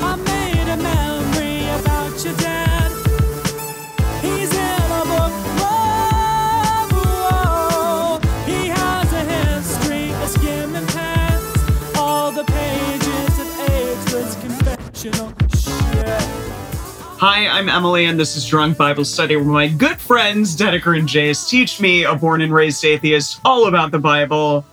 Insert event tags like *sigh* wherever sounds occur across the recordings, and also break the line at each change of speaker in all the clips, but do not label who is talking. I made a memory about your dad. He's in a book club. He has a history of skimming past all the pages of ageless confessional shit.
Hi, I'm Emily, and this is Drunk Bible Study, where my good friends Dedeker and Jace teach me, a born and raised atheist, all about the Bible.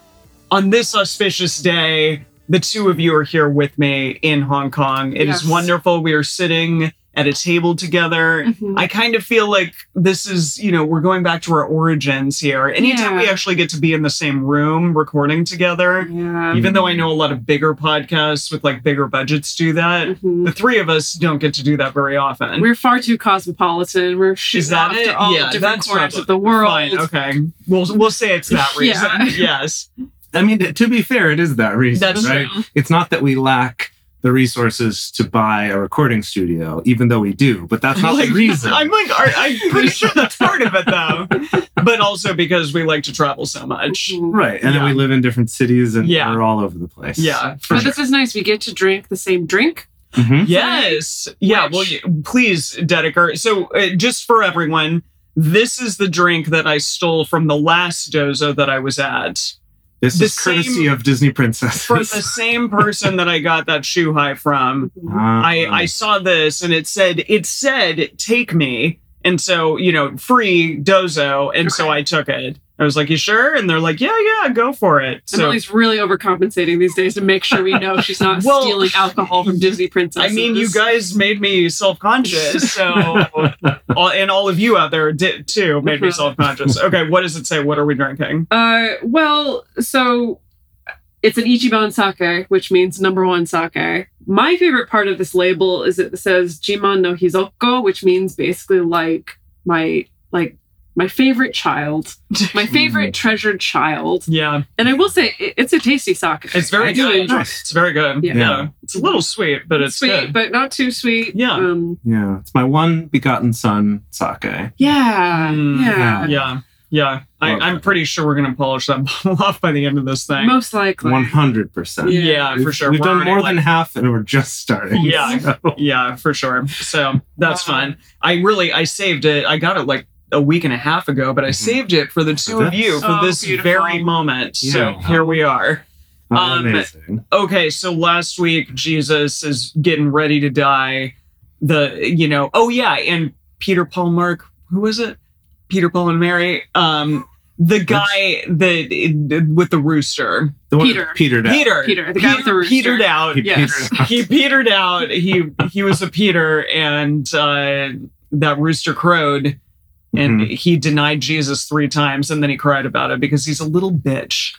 On this auspicious day, the two of you are here with me in Hong Kong. It is
Yes.
wonderful. We are sitting at a table together.
*laughs*
I kind of feel like this is, you know, we're going back to our origins here. Anytime
Yeah.
we actually get to be in the same room recording together,
Yeah.
even though I know a lot of bigger podcasts with like bigger budgets do that,
Mhm.
the three of us don't get to do that very often.
We're far too cosmopolitan. We're
Is
shooting
that
off
it?
to all
yeah,
different
that's
corners
probably-
of the world.
Fine, okay, we'll we'll say it's that reason.
*laughs* Yeah.
Yes,
I mean, to be fair, it is that reason,
That's
right? It's not that we lack the resources to buy a recording studio, even though we do, but that's
*laughs*
not
Like,
the reason.
I'm like, are, I'm
*laughs*
pretty sure that's part of it though, but also because we like to travel so much.
Mhm.
right. And then
Yeah.
we live in different cities and
Yeah.
we're all over the place.
Yeah, for
But
sure.
this is nice. We get to drink the same drink.
Mhm.
Yes. Yeah. Well, you, please, Dedeker. So, uh, just for everyone, this is the drink that I stole from the last dozo that I was at.
This
The
is courtesy
same-
of Disney Princesses.
from the
*laughs*
same person that I got that shoe high from.
Ah.
I, I saw this and it said it said take me and so you know free dozo and so I took it. I was like, you sure? And they're like, yeah, yeah, go for it. So
Emily's really overcompensating these days to make sure we know she's
*laughs*
not
Well,
stealing alcohol from
*laughs*
Disney
I
princesses.
mean, you guys made me self conscious. So all, and all of you out there did too made
*laughs*
me
Mhm.
self conscious. Okay, what does it say? What are we
*laughs*
drinking?
Uh, well, so it's an Ichiban sake, which means number one sake. My favorite part of this label is it says Jimon no Hizoko, which means basically like my like my favorite child, my favorite
Mm-hmm.
treasured child.
Yeah,
And I will say it, it's a tasty sake.
it's very
I do
good.
enjoy it.
It's very good.
Yeah.
it's a little sweet, but it's
sweet,
good.
but not too sweet.
Yeah.
Um,
yeah, it's my one begotten son, Sake.
yeah,
Mm,
yeah.
Yeah, yeah. I,
Okay.
I'm pretty sure we're gonna polish that *laughs* bottle off by the end of this thing.
Most likely.
100%.
yeah,
Yeah.
for sure.
We've
We're
done
already,
more than
like-
half and we're just starting.
Yeah. Um,
*laughs* So-
yeah, for sure. So that's
Wow.
fun. I really I saved it. I got it like a week and a half ago, but I
Mhm.
saved it for the two of
this?
you for
Oh,
this
beautiful.
very moment. So
Yeah.
here we are. Um,
Oh, Amazing.
Okay, so last week Jesus is getting ready to die. The you know, oh yeah, and Peter Paul Mark, who was it? Peter Paul and Mary. Um the guy that with the rooster.
The one
Peter.
that petered out.
Peter.
Peter, the guy with the rooster.
Petered out.
He
Yes.
petered out.
He petered out. He he was a Peter, and uh, that rooster crowed, and
Mhm.
he denied Jesus three times, and then he cried about it because he's a little bitch.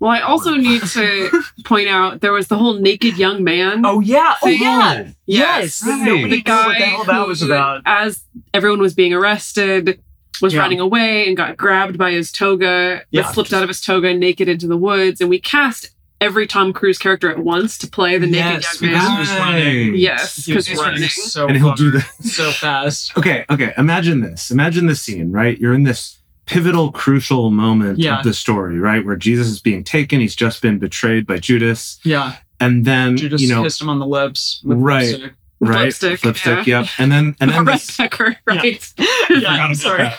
Well, I also need
*laughs*
to point out there was the whole naked young man.
Oh yeah. Oh yeah. Yes.
Right.
Nobody
the
knew
guy
what the hell that
who,
was about.
As everyone was being arrested, was
Yeah.
running away and got grabbed by his toga,
Yeah.
that slipped out of his toga naked into the woods, and we cast every Tom Cruise character at once to play the naked
yes,
young
because
man.
he was running.
Yes,
He
'cause
was
he's
running
running.
so
And he'll do
far,
that.
so fast.
Okay, okay. Imagine this. Imagine the scene, right? You're in this pivotal, crucial moment
Yeah.
of the story, right? Where Jesus is being taken. He's just been betrayed by Judas.
Yeah.
And then,
Judas
you know,
kissed him on the lips. with
Right.
lipstick.
With
right?
lipstick,
Lipstick, yep. And then, and then,
*laughs*
Red
this,
*laughs* Pecker, *laughs* right?
Yeah. I'm sorry.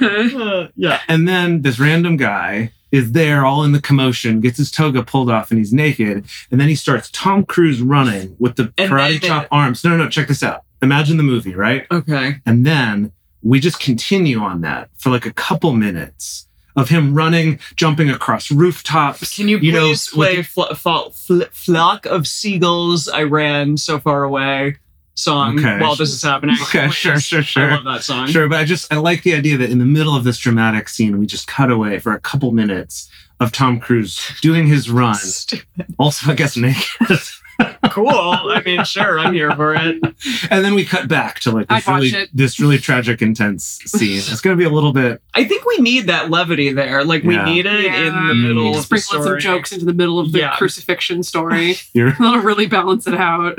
Uh, *laughs* yeah.
and then this random guy is there all in the commotion, gets his toga pulled off and he's naked. And then he starts Tom Cruise running with the
And
karate
then the-
chop arms. No, no, no, check this out. Imagine the movie, right?
Okay.
And then we just continue on that for like a couple minutes of him running, jumping across rooftops.
Can you
You know,
please
with
play fl- fl- fl- Flock of Seagulls I Ran So Far Away song
Okay.
while this is happening?
Okay,
Please.
sure, sure,
I
sure.
love that song.
Sure, but I just I like the idea that in the middle of this dramatic scene, we just cut away for a couple minutes of Tom Cruise doing his run.
Stupid.
Also, I guess naked.
cool. I mean, sure, I'm here for it.
And then we cut back to like
I'd
this
watch
really
it.
this really tragic, intense scene. It's gonna be a little bit
I think we need that levity there. Like
Yeah.
we need it in the middle
you
of
just
the
sprinkle in
story.
some jokes into the middle of the
Yeah.
crucifixion story. *laughs*
You're-
That'll really balance it out.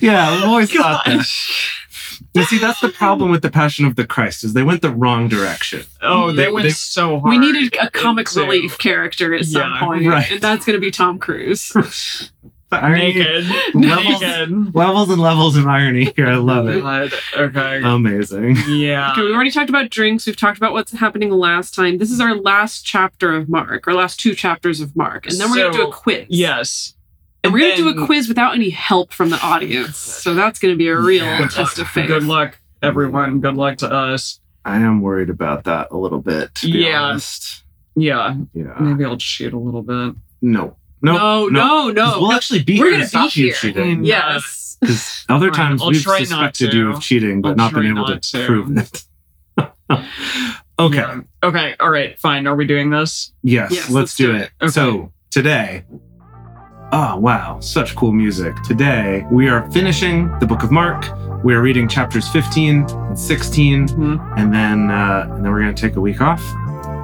Yeah, I've always thought that.
Gosh.
You see, that's the problem with the Passion of the Christ, is they went the
*laughs*
wrong direction.
Oh, they
They-
went
they-
so hard.
We needed a comic
into
relief character at some
Yeah, Uh,
point,
right.
and that's going to be Tom Cruise.
The irony
Naked.
*laughs* Levels.
Naked.
levels and levels of irony here. I love it. Um,
God, Okay.
Amazing.
yeah.
Okay, we've already talked about drinks. We've talked about what's happening last time. This is our last chapter of Mark, our last two chapters of Mark, and then we're gonna do
So,
a quiz.
Yes.
and we're gonna do
then-
a quiz without any help from the audience. So that's gonna be a real
Yeah.
test of faith.
Good luck, everyone. Good luck to us.
I am worried about that a little bit. To be
Yeah.
honest.
Yeah.
Yeah.
Maybe I'll cheat a little bit.
No. No.
No, no, no.
'Cause We'll actually be
We're
here to
gonna
stop
be
you
here.
cheating.
Yes.
Because other
Fine,
times
I'll
we've
try not
suspected
to.
you of cheating, but
I'll
not been
try
able to,
not to.
prove it. *laughs* okay.
Yeah. Okay. All right. Fine. Are we doing this?
Yes,
Yes,
let's, do it.
Okay.
So today, oh wow, such cool music. Today we are finishing the Book of Mark. We are reading chapters 15 and 16,
Mhm.
and then uh, and then we're gonna take a week off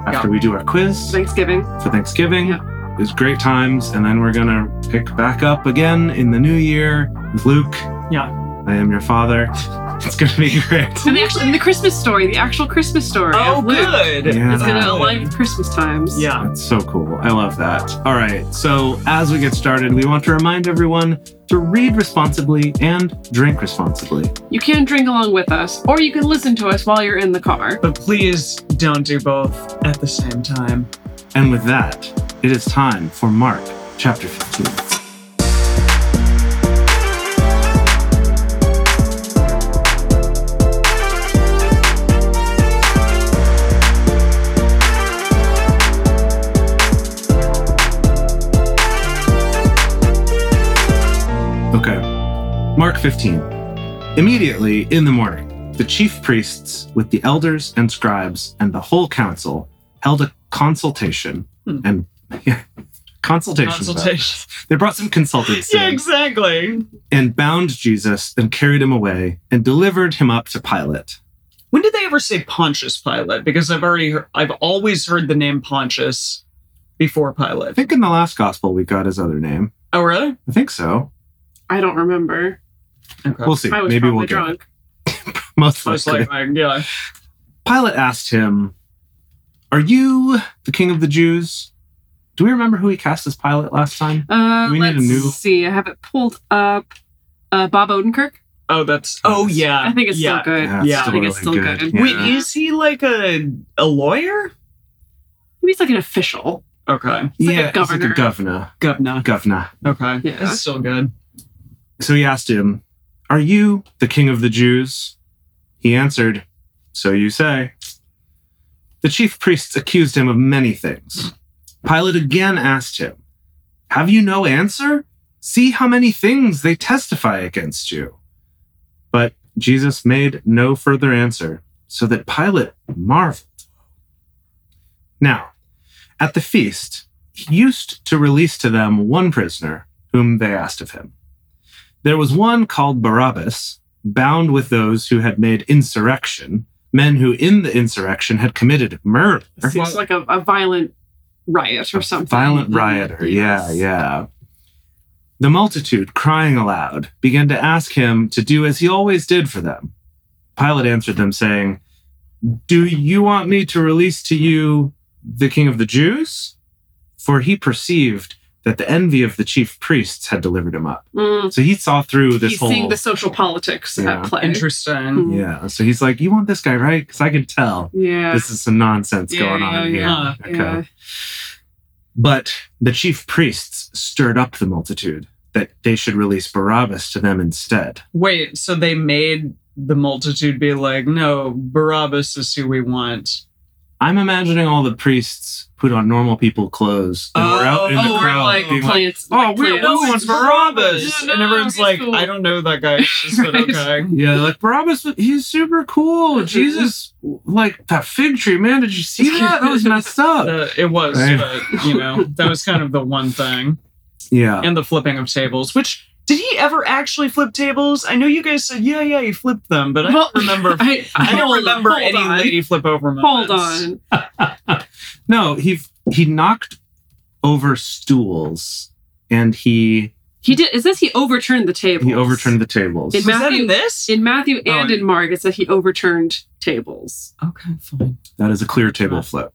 after
Yeah.
we do our quiz
Thanksgiving.
for Thanksgiving.
Yeah.
It was great times, and then we're gonna pick back up again in the new year with Luke.
Yeah.
I am your father. *laughs* It's gonna be great.
And the actual in the Christmas story, the actual Christmas story.
Oh,
of Luke.
good.
Yeah.
It's gonna
Wow.
align with Christmas times.
Yeah.
That's so cool. I love that. All right. So, as we get started, we want to remind everyone to read responsibly and drink responsibly.
You can drink along with us, or you can listen to us while you're in the car.
But please don't do both at the same time.
And with that, it is time for Mark chapter 15. Okay. Mark 15. Immediately in the morning, the chief priests, with the elders and scribes and the whole council, held a consultation
Hmm.
and *laughs* yeah, consultation. about
Consultation.
*laughs* this. They brought some consultants
*laughs* Yeah,
in
exactly.
and bound Jesus and carried him away and delivered him up to Pilate.
When did they ever say Pontius Pilate? Because I've already, heard, I've always heard the name Pontius before
I
Pilate.
think in the last gospel we got his other name.
Oh, really?
I think so.
I don't remember.
Okay.
We'll see.
I was
Maybe
probably
we'll get it.
drunk.
most
Most
likely.
likely, yeah.
Pilate asked him, Are you the king of the Jews? Do we remember who he cast as Pilate last time?
Uh,
We need a
let's
new-
see. I have it pulled up. Uh, Bob Odenkirk.
Oh, that's. Oh, yeah.
I think it's
yeah.
still good.
Yeah.
I think it's still good.
Yeah.
Wait, is he like a a lawyer?
Maybe he's like an official.
Okay,
he's like a
yeah, he's like a
governor.
governor.
governor.
Governor.
Okay,
Yeah.
it's still good.
So he asked him, Are you the king of the Jews? He answered, So you say. The chief priests accused him of many things. Pilate again asked him, Have you no answer? See how many things they testify against you. But Jesus made no further answer, so that Pilate marveled. Now, at the feast, he used to release to them one prisoner whom they asked of him. There was one called Barabbas, bound with those who had made insurrection, men who in the insurrection had committed murder.
It seems like a, a violent riot or
A
something.
Violent rioter. Yeah,
Yes.
yeah. The multitude, crying aloud, began to ask him to do as he always did for them. Pilate answered them, saying, Do you want me to release to you the king of the Jews? For he perceived that the envy of the chief priests had delivered him up.
Mm,
So he saw through this
he's
whole.
seeing the social politics
Yeah.
at play.
Interesting.
yeah. So he's like, You want this guy, right? Because I could tell
Yeah.
this is some nonsense
Yeah,
going on
yeah,
here. Okay. But the chief priests stirred up the multitude that they should release Barabbas to them instead.
Wait, so they made the multitude be like, "No, Barabbas is who we want."
I'm imagining all the priests put on normal people clothes and were out in the
Oh, we're
crowd
like
being like,
Plants.
"Oh, we
plants.
want
it's
Barabbas!"
No, no,
and everyone's
he's
like,
cool.
"I don't know who that guy is,
*laughs*
but
Right.
okay."
yeah, like Barabbas, he's super cool. Jesus, like that fig tree, man. Did you see that? That was messed
*laughs*
up.
Uh, it was,
Right.
but you know, that was kind of the one thing,
Yeah,
and the flipping of tables, which Did he ever actually flip tables? I know you guys said, yeah, yeah, he flipped them, but I
Well, *laughs*
don't remember. I,
I,
don't
hold on,
remember
hold
any
on,
lady flip over
Hold
moments.
on.
No, he he knocked over stools and he
He did. It says he overturned the table.
he overturned the tables.
It
Was that
Matthew-
in this?
In Matthew
Oh,
and
I-
in Mark, it said he overturned tables.
okay, fine.
That is a clear table flip.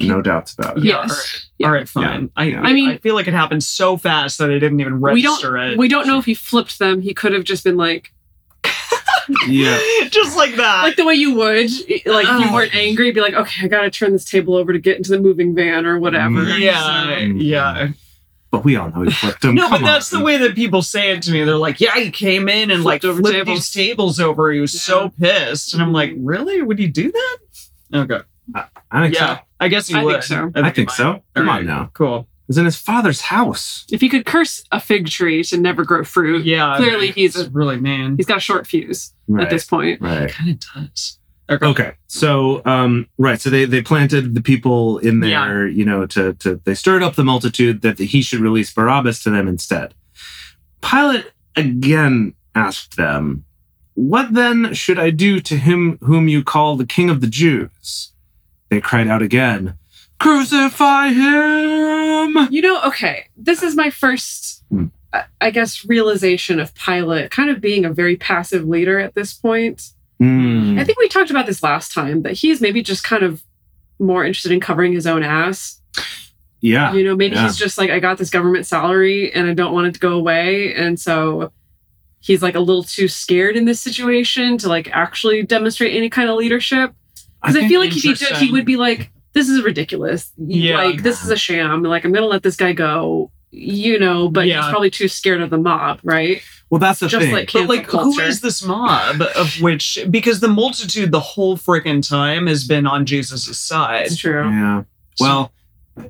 No doubts about it.
Oh, Yeah,
yes.
All right, fine. I,
yeah.
I
I mean-
mean, I feel like it happened so fast that I didn't even
we
register
don't.
it.
We don't know if he flipped them. He could have just been like,
Yeah.
*laughs*
just like that.
like the way you would, like if
Uh, Oh.
you weren't angry, be like, okay, I gotta turn this table over to get into the moving van or whatever.
Mm.
yeah,
Mm.
yeah.
But we all know he flipped
*laughs*
them.
No,
Come
but that's
on.
the way that people say it to me. They're like, "Yeah, he came in and like
Flipped over
flipped
tables.
these tables over. He was so pissed." And I'm like, "Really? Would he do that?" Okay.
I think
Yeah,
so.
I guess he
I think
would.
so.
I
he
think
might.
so. Come
Alright,
on now.
Cool.
It was in his father's house.
If he could curse a fig tree to never grow fruit,
Yeah. I
Clearly
mean,
he's a-
it's really man.
he's got a short fuse at
Right.
this point.
right.
kind of does. Okay.
Okay. So um right, so they they planted the people in there, you know, to to they stirred up the multitude that he should release Barabbas to them instead. Pilate again asked them, "What then should I do to him whom you call the king of the Jews?" They cried out again, "Crucify him!"
You know, okay, this is my first,
Hmm.
I- I guess, realization of Pilate kind of being a very passive leader at this point.
Mm,
I think we talked about this last time that he's maybe just kind of more interested in covering his own ass.
yeah.
You know, maybe
Ah, yeah.
he's just like, I got this government salary and I don't want it to go away. And so he's like a little too scared in this situation to like actually demonstrate any kind of leadership. Because I,
think-
feel like if he did, he
interesting.
would be like, "This is ridiculous. You-
Yeah.
Like this is a sham. Like I'm gonna let this guy go." You know, but
Yeah.
he's probably too scared of the mob, right?
well, that's the
Just
thing.
like
But
cancel
like, who
culture.
is this mob of which? Because the multitude the whole freaking time has been on Jesus' side.
It's true.
yeah. Well,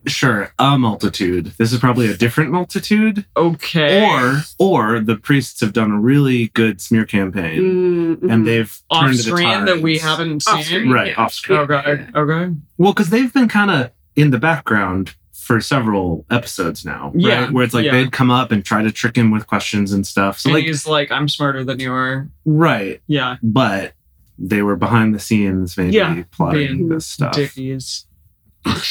sure, a multitude. This is probably a different multitude.
Okay.
or or the priests have done a really good smear campaign
Mm, mhm.
and they've
off
turned to the
screen
times.
that we haven't seen.
Off screen,
Right,
yeah.
off screen.
Okay. Okay.
well because they've been kind of in the background for several episodes now right?
Yeah,
where it's like
yeah.
they'd come up and try to trick him with questions and stuff so
and
like
he's like, I'm smarter than you are.
right
Yeah.
but they were behind the scenes maybe
Yeah,
plotting
being
this stuff
Dickies.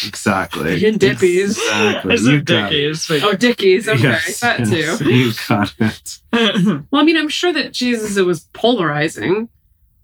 exactly
Being dippies.
exactly
Is
You
it
got it.
Dickies? But
Oh, Dickies. Okay,
Yes,
that
yes,
too.
you got it
*laughs*
Well, I mean, I'm sure that Jesus it was polarizing.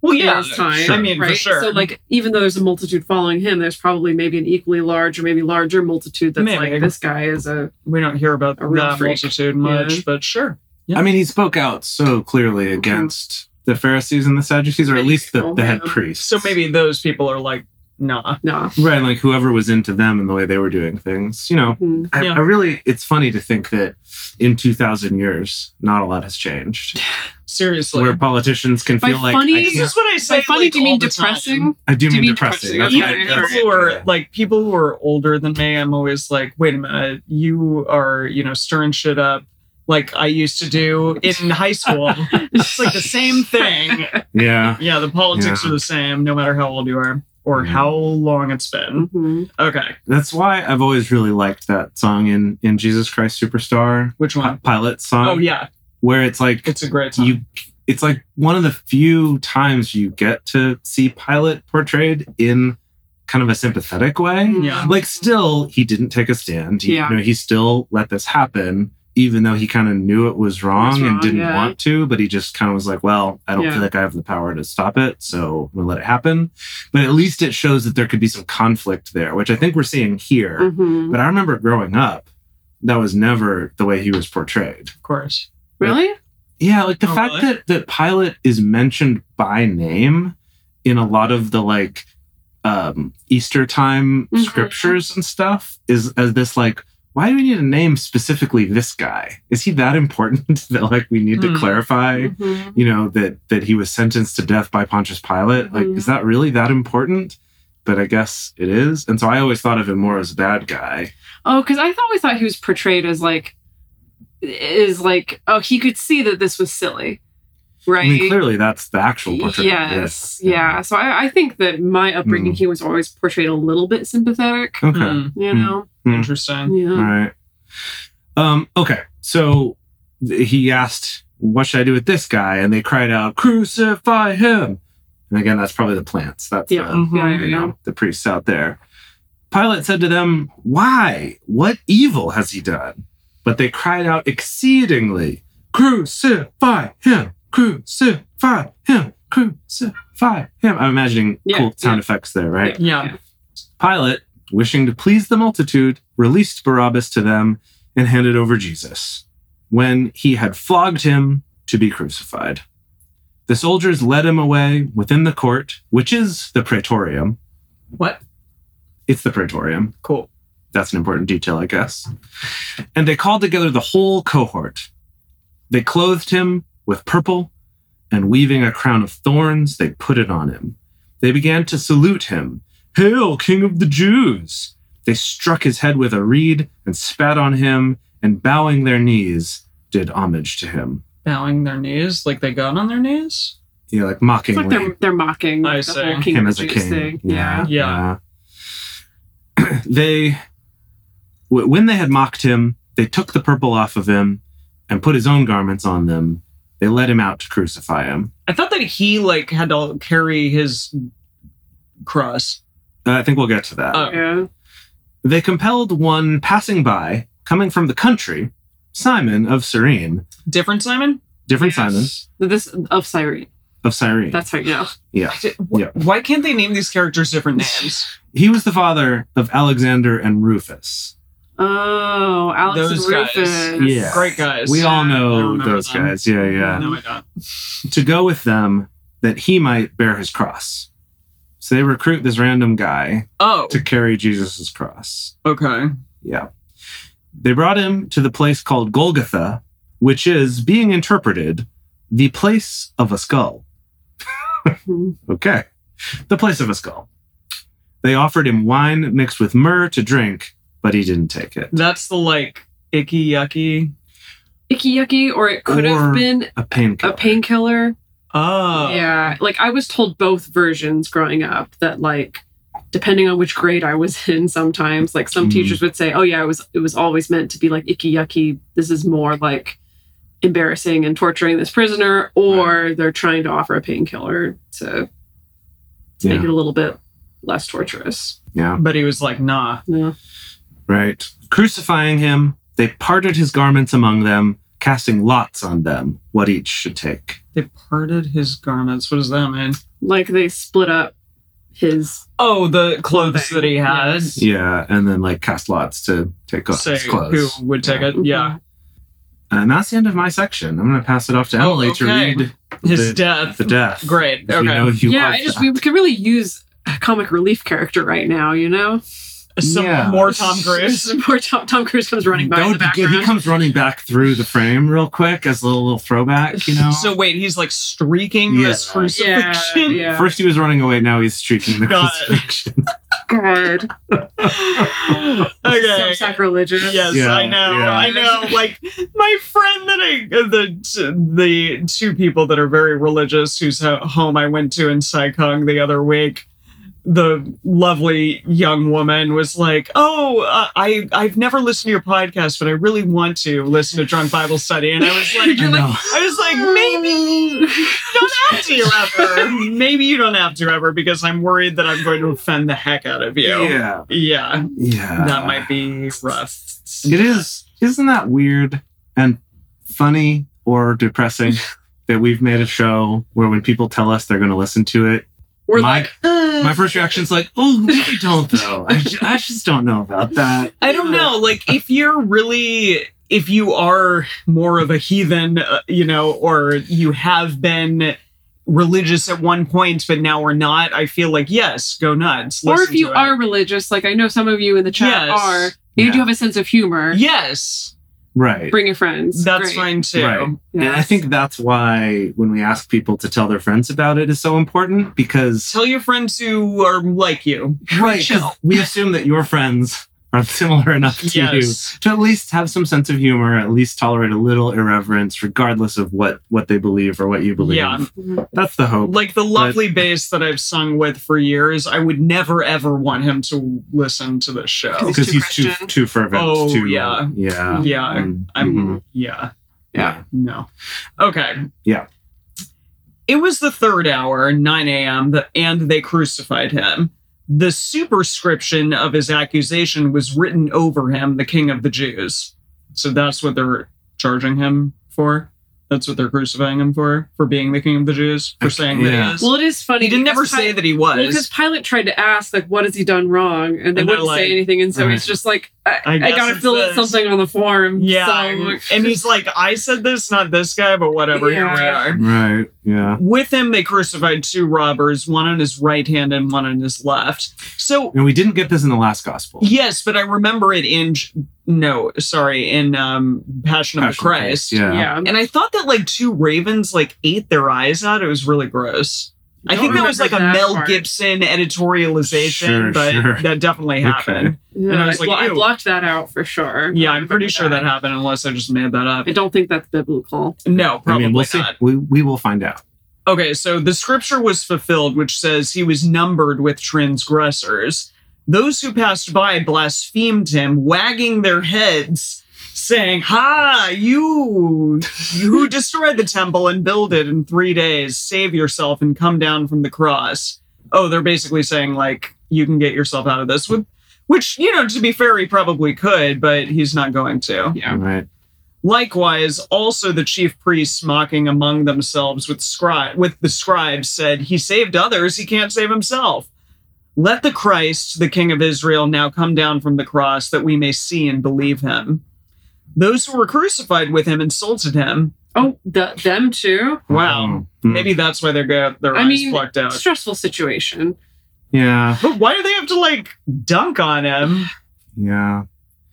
well,
in
Oh, yeah.
his time,
sure.
I mean,
right?
for sure.
So, like, even though there's a multitude following him, there's probably maybe an equally large or maybe larger multitude that's
Maybe.
like, this guy is a
we don't hear about
A real
that
freak.
multitude much,
Yeah.
but sure. Yeah.
I mean, he spoke out so clearly against the Pharisees and the Sadducees, or at least the, the head
Yeah.
priests.
Oh, So maybe those people are like, nah.
nah.
Right, like whoever was into them and the way they were doing things. You know,
Mhm.
I,
Yeah.
I really, it's funny to think that in 2,000 years, not a lot has changed.
Seriously.
where politicians can
By
feel like,
funny-
I,
this
can't,
is what I say.
By funny,
like,
do you mean
all the time.
depressing?
I do
do you
mean
mean
depressing.
depressing?
That's
even
Okay.
what I-
people
that's-
who are
yeah.
like people who are older than me, I'm always like, wait a minute, you are, you know, stirring shit up like I used to do in high *laughs* school. it's like the same thing.
yeah.
Yeah, the politics
Yeah.
are the same no matter how old you are or
Yeah.
how long it's been.
Mhm.
Okay,
That's why I've always really liked that song in, in Jesus Christ Superstar,
which one?
Pilot song,
Oh yeah,
where it's like,
it's a great song.
Uh, you it's like one of the few times you get to see Pilot portrayed in kind of a sympathetic way.
Yeah.
Like still he didn't take a stand. He,
Yeah.
you know, he still let this happen, even though he kind of knew it was wrong,
wrong,
and didn't
yeah.
want to, but he just kind of was like, Well, I don't
Yeah.
feel like I have the power to stop it, so we'll let it happen. But at least it shows that there could be some conflict there, which I think we're seeing here.
Mhm.
But I remember growing up, that was never the way he was portrayed.
of course.
Really?
Yeah, like the
Oh,
fact
really?
that that Pilate is mentioned by name in a lot of the like um Easter time
Mhm.
scriptures and stuff is as this like why do we need to name specifically this guy? Is he that important *laughs* that like we need
Hmm.
to clarify,
Mm-hmm.
Mhm.
you know, that that he was sentenced to death by Pontius Pilate? Like is
Mhm.
that really that important? But I guess it is. And so I always thought of him more as a bad guy.
Oh, because I always thought he was portrayed as like, is like, oh, he could see that this was silly, right?
I mean, clearly that's the actual portrayal.
Yes, yeah. So I, I think that my upbringing,
Mm.
he was always portrayed a little bit sympathetic.
Okay.
Hmm,
You
Mm.
know,
Mm.
interesting.
yeah.
All right. Um, okay. So he asked, What should I do with this guy? And they cried out, Crucify him. And again, that's probably the plants. That's
Yeah. Mm-hmm.
the,
Mhm.
Yeah, yeah,
you
yeah.
know, the priests out there. Pilate said to them, Why? What evil has he done? But they cried out exceedingly, Crucify him! Crucify him! Crucify him! I'm imagining
Yeah,
cool sound
yeah.
effects there, right?
Yeah.
Pilate, wishing to please the multitude, released Barabbas to them and handed over Jesus, when he had flogged him to be crucified. The soldiers led him away within the court, which is the praetorium.
What?
It's the praetorium.
Cool.
That's an important detail, I guess. And they called together the whole cohort. They clothed him with purple, and weaving a crown of thorns, they put it on him. They began to salute him Hail, King of the Jews! They struck his head with a reed and spat on him, and bowing their knees, did homage to him.
Bowing their knees like they got on their knees?
You know, like
It's like
mockingly.
they're, they're mocking
I
like, the
see.
whole King
him
of
as
the
a
Jews
king.
thing. Yeah.
Yeah.
yeah. *clears throat* they, w- when they had mocked him, they took the purple off of him and put his own garments on them. They led him out to crucify him.
I thought that he like had to carry his cross.
Uh, I think we'll get to that.
Oh.
Yeah.
They compelled one passing by, coming from the country, Simon of Cyrene,
Different Simon?
different Simon
Yes.
This of Cyrene.
of Cyrene.
That's right. Yeah.
yeah.
Di- wh-
Yeah.
Why can't they name these characters different names?
He was the father of Alexander and Rufus.
Oh, Alex
Those
and
guys.
Rufus.
Yeah.
Great guys.
We all
I
know
remember
those
them.
guys. Yeah, yeah.
No, I don't.
to go with them that he might bear his cross. So they recruit this random guy
Oh,
to carry Jesus' cross.
okay.
Yeah. They brought him to the place called Golgotha, which is being interpreted the place of a skull.
Mhm.
Okay. The place of a skull. They offered him wine mixed with myrrh to drink, but he didn't take it.
That's the like icky yucky.
Icky yucky, or it could
Or-
have been
A painkiller.
a painkiller.
Oh,
Yeah. Like I was told both versions growing up that like depending on which grade I was *laughs* in sometimes like some
Mm.
teachers would say, "Oh yeah, it was it was always meant to be like icky yucky. This is more like embarrassing and torturing this prisoner or they're trying to offer a painkiller to to
Yeah.
make it a little bit less torturous."
yeah.
But he was like, nah.
Yeah.
Right. Crucifying him, they parted his garments among them, casting lots on them, what each should take.
They parted his garments. What does that mean?
Like they split up his
Oh, the clothes that he has.
Yeah, and then like cast lots to take off
Say
his clothes.
who would take it. Yeah.
And that's the end of my section. I'm gonna pass it off to
Oh,
Emily
okay.
to read
His
the,
death.
The death.
Great.
Because we
Okay.
know you
yeah,
love
I just
that.
we could really use a comic relief character right now, you know?
Some
Yeah.
more Tom Cruise.
*laughs* Poor Tom, Tom Cruise comes running by in the
Don't forget,
background.
he comes running back through the frame real quick as a little, little throwback, *laughs* you know.
So wait, he's like streaking this
Yeah.
crucifixion. *laughs*
Yeah,
First he was running away, now he's streaking the
God. *laughs*
crucifixion.
God.
okay.
So sacrilegious.
Yes,
Yeah,
I know.
yeah.
I know. Like my friend that I uh, the the two people that are very religious whose ho- home I went to in Saikong the other week. The lovely young woman was like, "Oh, uh, I I've never listened to your podcast, but I really want to listen to Drunk Bible Study." And I was like,
I know.
I was like, maybe you don't have to ever. Maybe you don't have to ever because I'm worried that I'm going to offend the heck out of you.
Yeah.
Yeah,
Yeah.
that might be rough.
It is. Isn't that weird and funny
*laughs*
or depressing that we've made a show where when people tell us they're going to listen to it,
We're
my,
like, uh,
my first reaction's like, oh, no,
*laughs*
I don't though. I, ju- I just don't know about that.
I don't know. Like, if you're really, if you are more of a heathen, uh, you know, or you have been religious at one point, but now we're not, I feel like, yes, go nuts.
or if
Listen
you
to it.
are religious, like I know some of you in the chat
Yes.
are, and you
Yeah.
do have a sense of humor,
Yes,
Right.
bring your friends.
that's
Great.
fine too.
Right.
Yeah.
And I think that's why when we ask people to tell their friends about it is so important because
Tell your friends who are like you.
right,
Chill.
we assume that your friends are similar enough to you
Yes.
to at least have some sense of humor, at least tolerate a little irreverence, regardless of what what they believe or what you believe.
Yeah.
Mhm.
That's the hope.
Like the lovely bass that I've sung with for years, I would never ever want him to listen to this show.
*laughs* Because
Because
too
he's too
Christian.
too fervent.
Oh,
too,
yeah.
yeah.
Yeah,
Mm,
I'm
mhm.
yeah. Yeah. No. Okay.
Yeah.
It was the third hour, 9 a.m., th- and they crucified him. The superscription of his accusation was written over him, the king of the Jews. So that's what they're charging him for. That's what they're crucifying him for, for being the king of the Jews, for
Okay,
saying that
yeah.
he is.
Well, it is funny.
he didn't
because
never
Pi-
say that he
Well, because
was.
Pilate tried to ask, like, what has he done wrong? And they
And they're
wouldn't
like,
say anything. And so
"Alright.
it's just like, I,
I
I,
guess
gotta
it's
fill
this."
out something on the form.
Yeah.
So,
and he's like, I said this, not this guy, but whatever. Here we
Yeah.
are.
Right. Yeah.
With him, they crucified two robbers, one on his right hand and one on his left. So,
And we didn't get this in the last gospel.
yes, but I remember it in, J- no, sorry, in um, Passion, of the
Passion of
Christ.
Christ, yeah.
yeah.
And I thought that like two ravens like ate their eyes out. It was really gross. I
Don't
think that was like
remember
a
that
Mel
part.
Gibson editorialization,
Sure,
but
sure.
that definitely
Okay.
happened.
Yeah,
And I was like,
blo- I
ew.
blocked that out for sure.
Yeah,
I
I'm pretty
remember
sure that happened unless I just made that up.
I don't think that's biblical.
No,
I
probably
mean, we'll see.
not.
We, we will find out.
Okay, so the scripture was fulfilled, which says he was numbered with transgressors. Those who passed by blasphemed him, wagging their heads, saying, Ha, you, you who *laughs* destroyed the temple and build it in three days, save yourself and come down from the cross. Oh, they're basically saying, like, you can get yourself out of this, with, which, you know, to be fair, he probably could, but he's not going to.
Yeah.
Right.
Likewise, also the chief priests mocking among themselves with scri- with the scribes said, He saved others, he can't save himself. Let the Christ, the King of Israel, now come down from the cross that we may see and believe him. Those who were crucified with him insulted him.
Oh, the, them too?
Wow.
Mm.
Maybe that's why they got their
I
eyes
mean,
plucked out.
Stressful situation.
Yeah.
But why do they have to like dunk on him?
Yeah.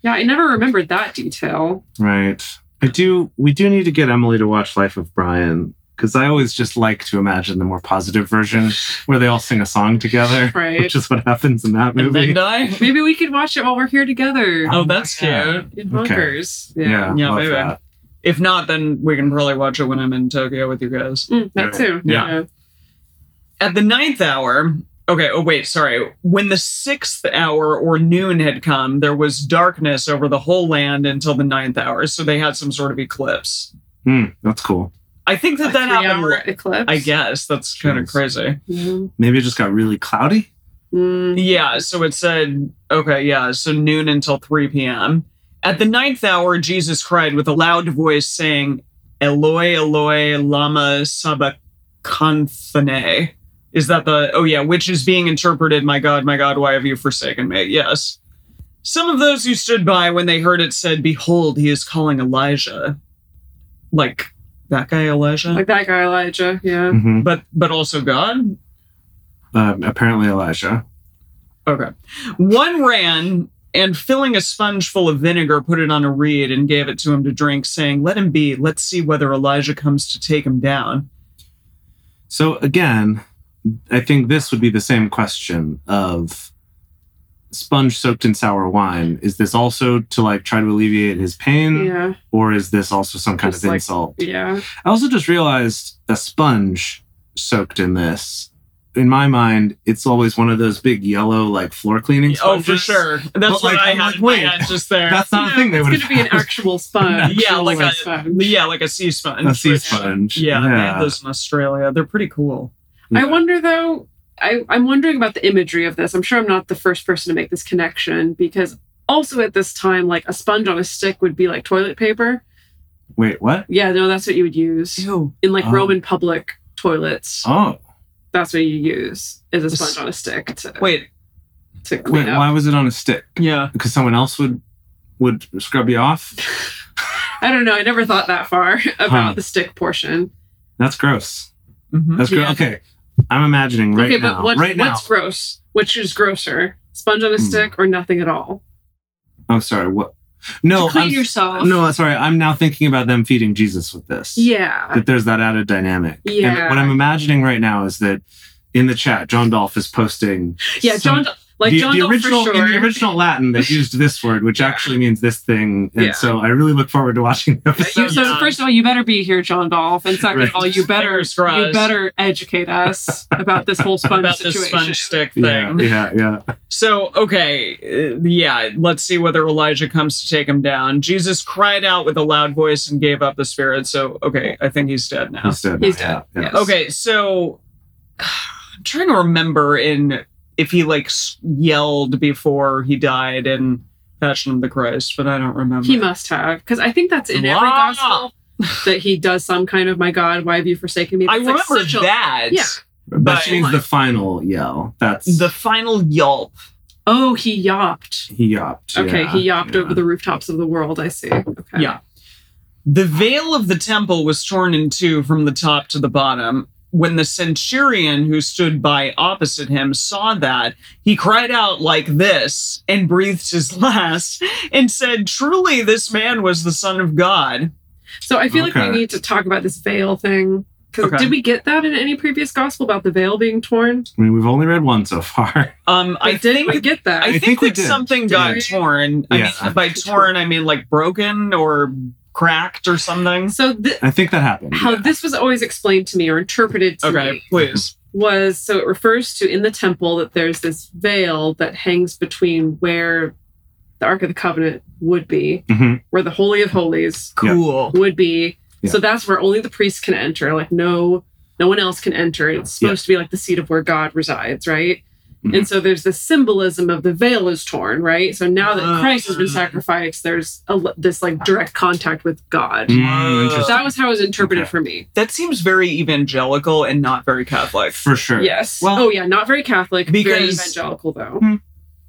Yeah, I never remembered that detail.
Right. I do. We do need to get Emily to watch Life of Brian because I always just like to imagine the more positive version where they all sing a
*laughs*
song together,
Right.
which is what happens in that
And then
movie.
die?
Maybe we could watch it while we're here together
*laughs* Oh, that's
Yeah.
cute.
in
Uh, okay.
bunkers.
Yeah.
Yeah,
love
maybe.
that.
If not, then we can probably watch it when I'm in Tokyo with you guys.
Mm, that too.
Yeah.
at the ninth hour okay oh wait sorry when the sixth hour or noon had come there was darkness over the whole land until the ninth hour so they had some sort of eclipse
Mm, that's cool.
i think that
A
that happened
three-hour eclipse.
i guess that's kind of
Jeez.
crazy
Mm,
Maybe it just got really cloudy.
mm.
yeah so it said okay yeah so noon until 3 p.m at the ninth hour jesus cried with a loud voice saying eloi eloi lama sabachthani is that the oh yeah which is being interpreted my god my god why have you forsaken me yes some of those who stood by when they heard it said behold he is calling elijah like that guy elijah
Like that guy Elijah. Yeah.
Mhm.
but but also god
Um, apparently, Elijah.
Okay. One ran and filling a sponge full of vinegar, put it on a reed and gave it to him to drink, saying, Let him be. Let's see whether Elijah comes to take him down.
So again, I think this would be the same question of sponge soaked in sour wine. Is this also to like try to alleviate his pain,
Yeah.
or is this also some kind
Just
of
like-
insult?
Yeah.
I also just realized a sponge soaked in this. In my mind, it's always one of those big yellow like floor cleaning
Oh,
sponges.
for sure. That's what
But, like,
I
I'm
had
like,
in my
wait,
head just there.
That's not a thing they
it's
would
going to
*laughs*
be an actual sponge.
Yeah,
Actual
like a-
sponge.
yeah, like a sea sponge.
a sea
which-
sponge.
Yeah, they have those in Australia. They're pretty cool.
I wonder though. I, I'm wondering about the imagery of this. I'm sure I'm not the first person to make this connection because also at this time, like a sponge on a stick would be like toilet paper.
Wait, what?
Yeah, no, that's what you would use
Ew.
in like
Oh.
Roman public toilets.
Oh,
That's what you use is a
This-
sponge on a stick to,
Wait,
to clean
wait.
up.
Why was it on a stick?
yeah.
Because someone else would would scrub you off.
I don't know. I never thought that far *laughs* about
Huh.
the stick portion.
That's gross.
Mhm.
That's gross.
Yeah.
Okay, I'm imagining right
okay,
now.
but what's,
right now.
what's gross? Which is grosser, sponge on a
Hmm.
stick or nothing at all?
I'm Oh, sorry. What? No,
to clean
I'm,
yourself.
no. I'm Sorry, I'm now thinking about them feeding Jesus with this.
Yeah.
that there's that added dynamic. And
Yeah.
what I'm imagining right now is that in the chat, John Dolph is posting.
Yeah,
some-
John. Like
the,
John
the
Doe
original
for
in
sure.
the original Latin,
*laughs*
they used this word, which
Yeah.
actually means this thing. And
Yeah.
so I really look forward to watching the episode.
You- so
Yeah.
first of all, you better be here, John Dolph, and second
Right.
of all, you better
Fingers crossed.
you better educate us about this whole sponge
about
situation.
this sponge stick thing.
*laughs* Yeah, yeah, yeah.
So, okay, uh, yeah, let's see whether Elijah comes to take him down. Jesus cried out with a loud voice and gave up the spirit. So, okay, I think he's dead now.
He's dead.
He's
now,
dead, yes.
Okay, so *sighs* I'm trying to remember in if he like s- yelled before he died in Passion of the Christ, but I don't remember.
He must have, because I think that's in every
Wow.
gospel that he does some kind of "My God, why have you forsaken me?"
I
That's, like,
remember
such a-
that.
Yeah.
But
But-
she means the final yell. That's
The final yelp.
Oh, he yopped.
he yopped.
Okay,
yeah,
he yopped
yeah.
over the rooftops of the world. I see. Okay.
Yeah. The veil of the temple was torn in two from the top to the bottom. When the centurion who stood by opposite him saw that, he cried out like this and breathed his *laughs* last and said, Truly, this man was the Son of God.
So I feel like
Okay.
we need to talk about this veil thing. 'Cause
Okay.
Did we get that in any previous gospel about the veil being torn?
I mean, we've only read one so far. *laughs*
Um, I
But did
think
we get that.
I, think,
think we
that
did.
something
Did
got
we?
torn.
Yeah.
I mean, by torn, I mean like broken or cracked or something.
so th-
I think that happened.
how
yeah.
this was always explained to me or interpreted to me
Okay, please.
was so it refers to in the temple that there's this veil that hangs between where the Ark of the Covenant would be,
Mhm.
where the Holy of Holies
Yeah.
Cool.
would be.
Yeah.
So that's where only the priest can enter. Like no no one else can enter. It's supposed to be like the seat of where God resides, right?
Mhm.
And so there's this symbolism of the veil is torn, right? So now that
Ah.
Christ has been sacrificed, there's a, this like direct contact with God.
Mm,
So
interesting.
that was how it was interpreted
Okay.
for me.
That seems very evangelical and not very Catholic.
For sure.
Yes.
Well-
oh yeah, not very Catholic, very
Because-
evangelical though.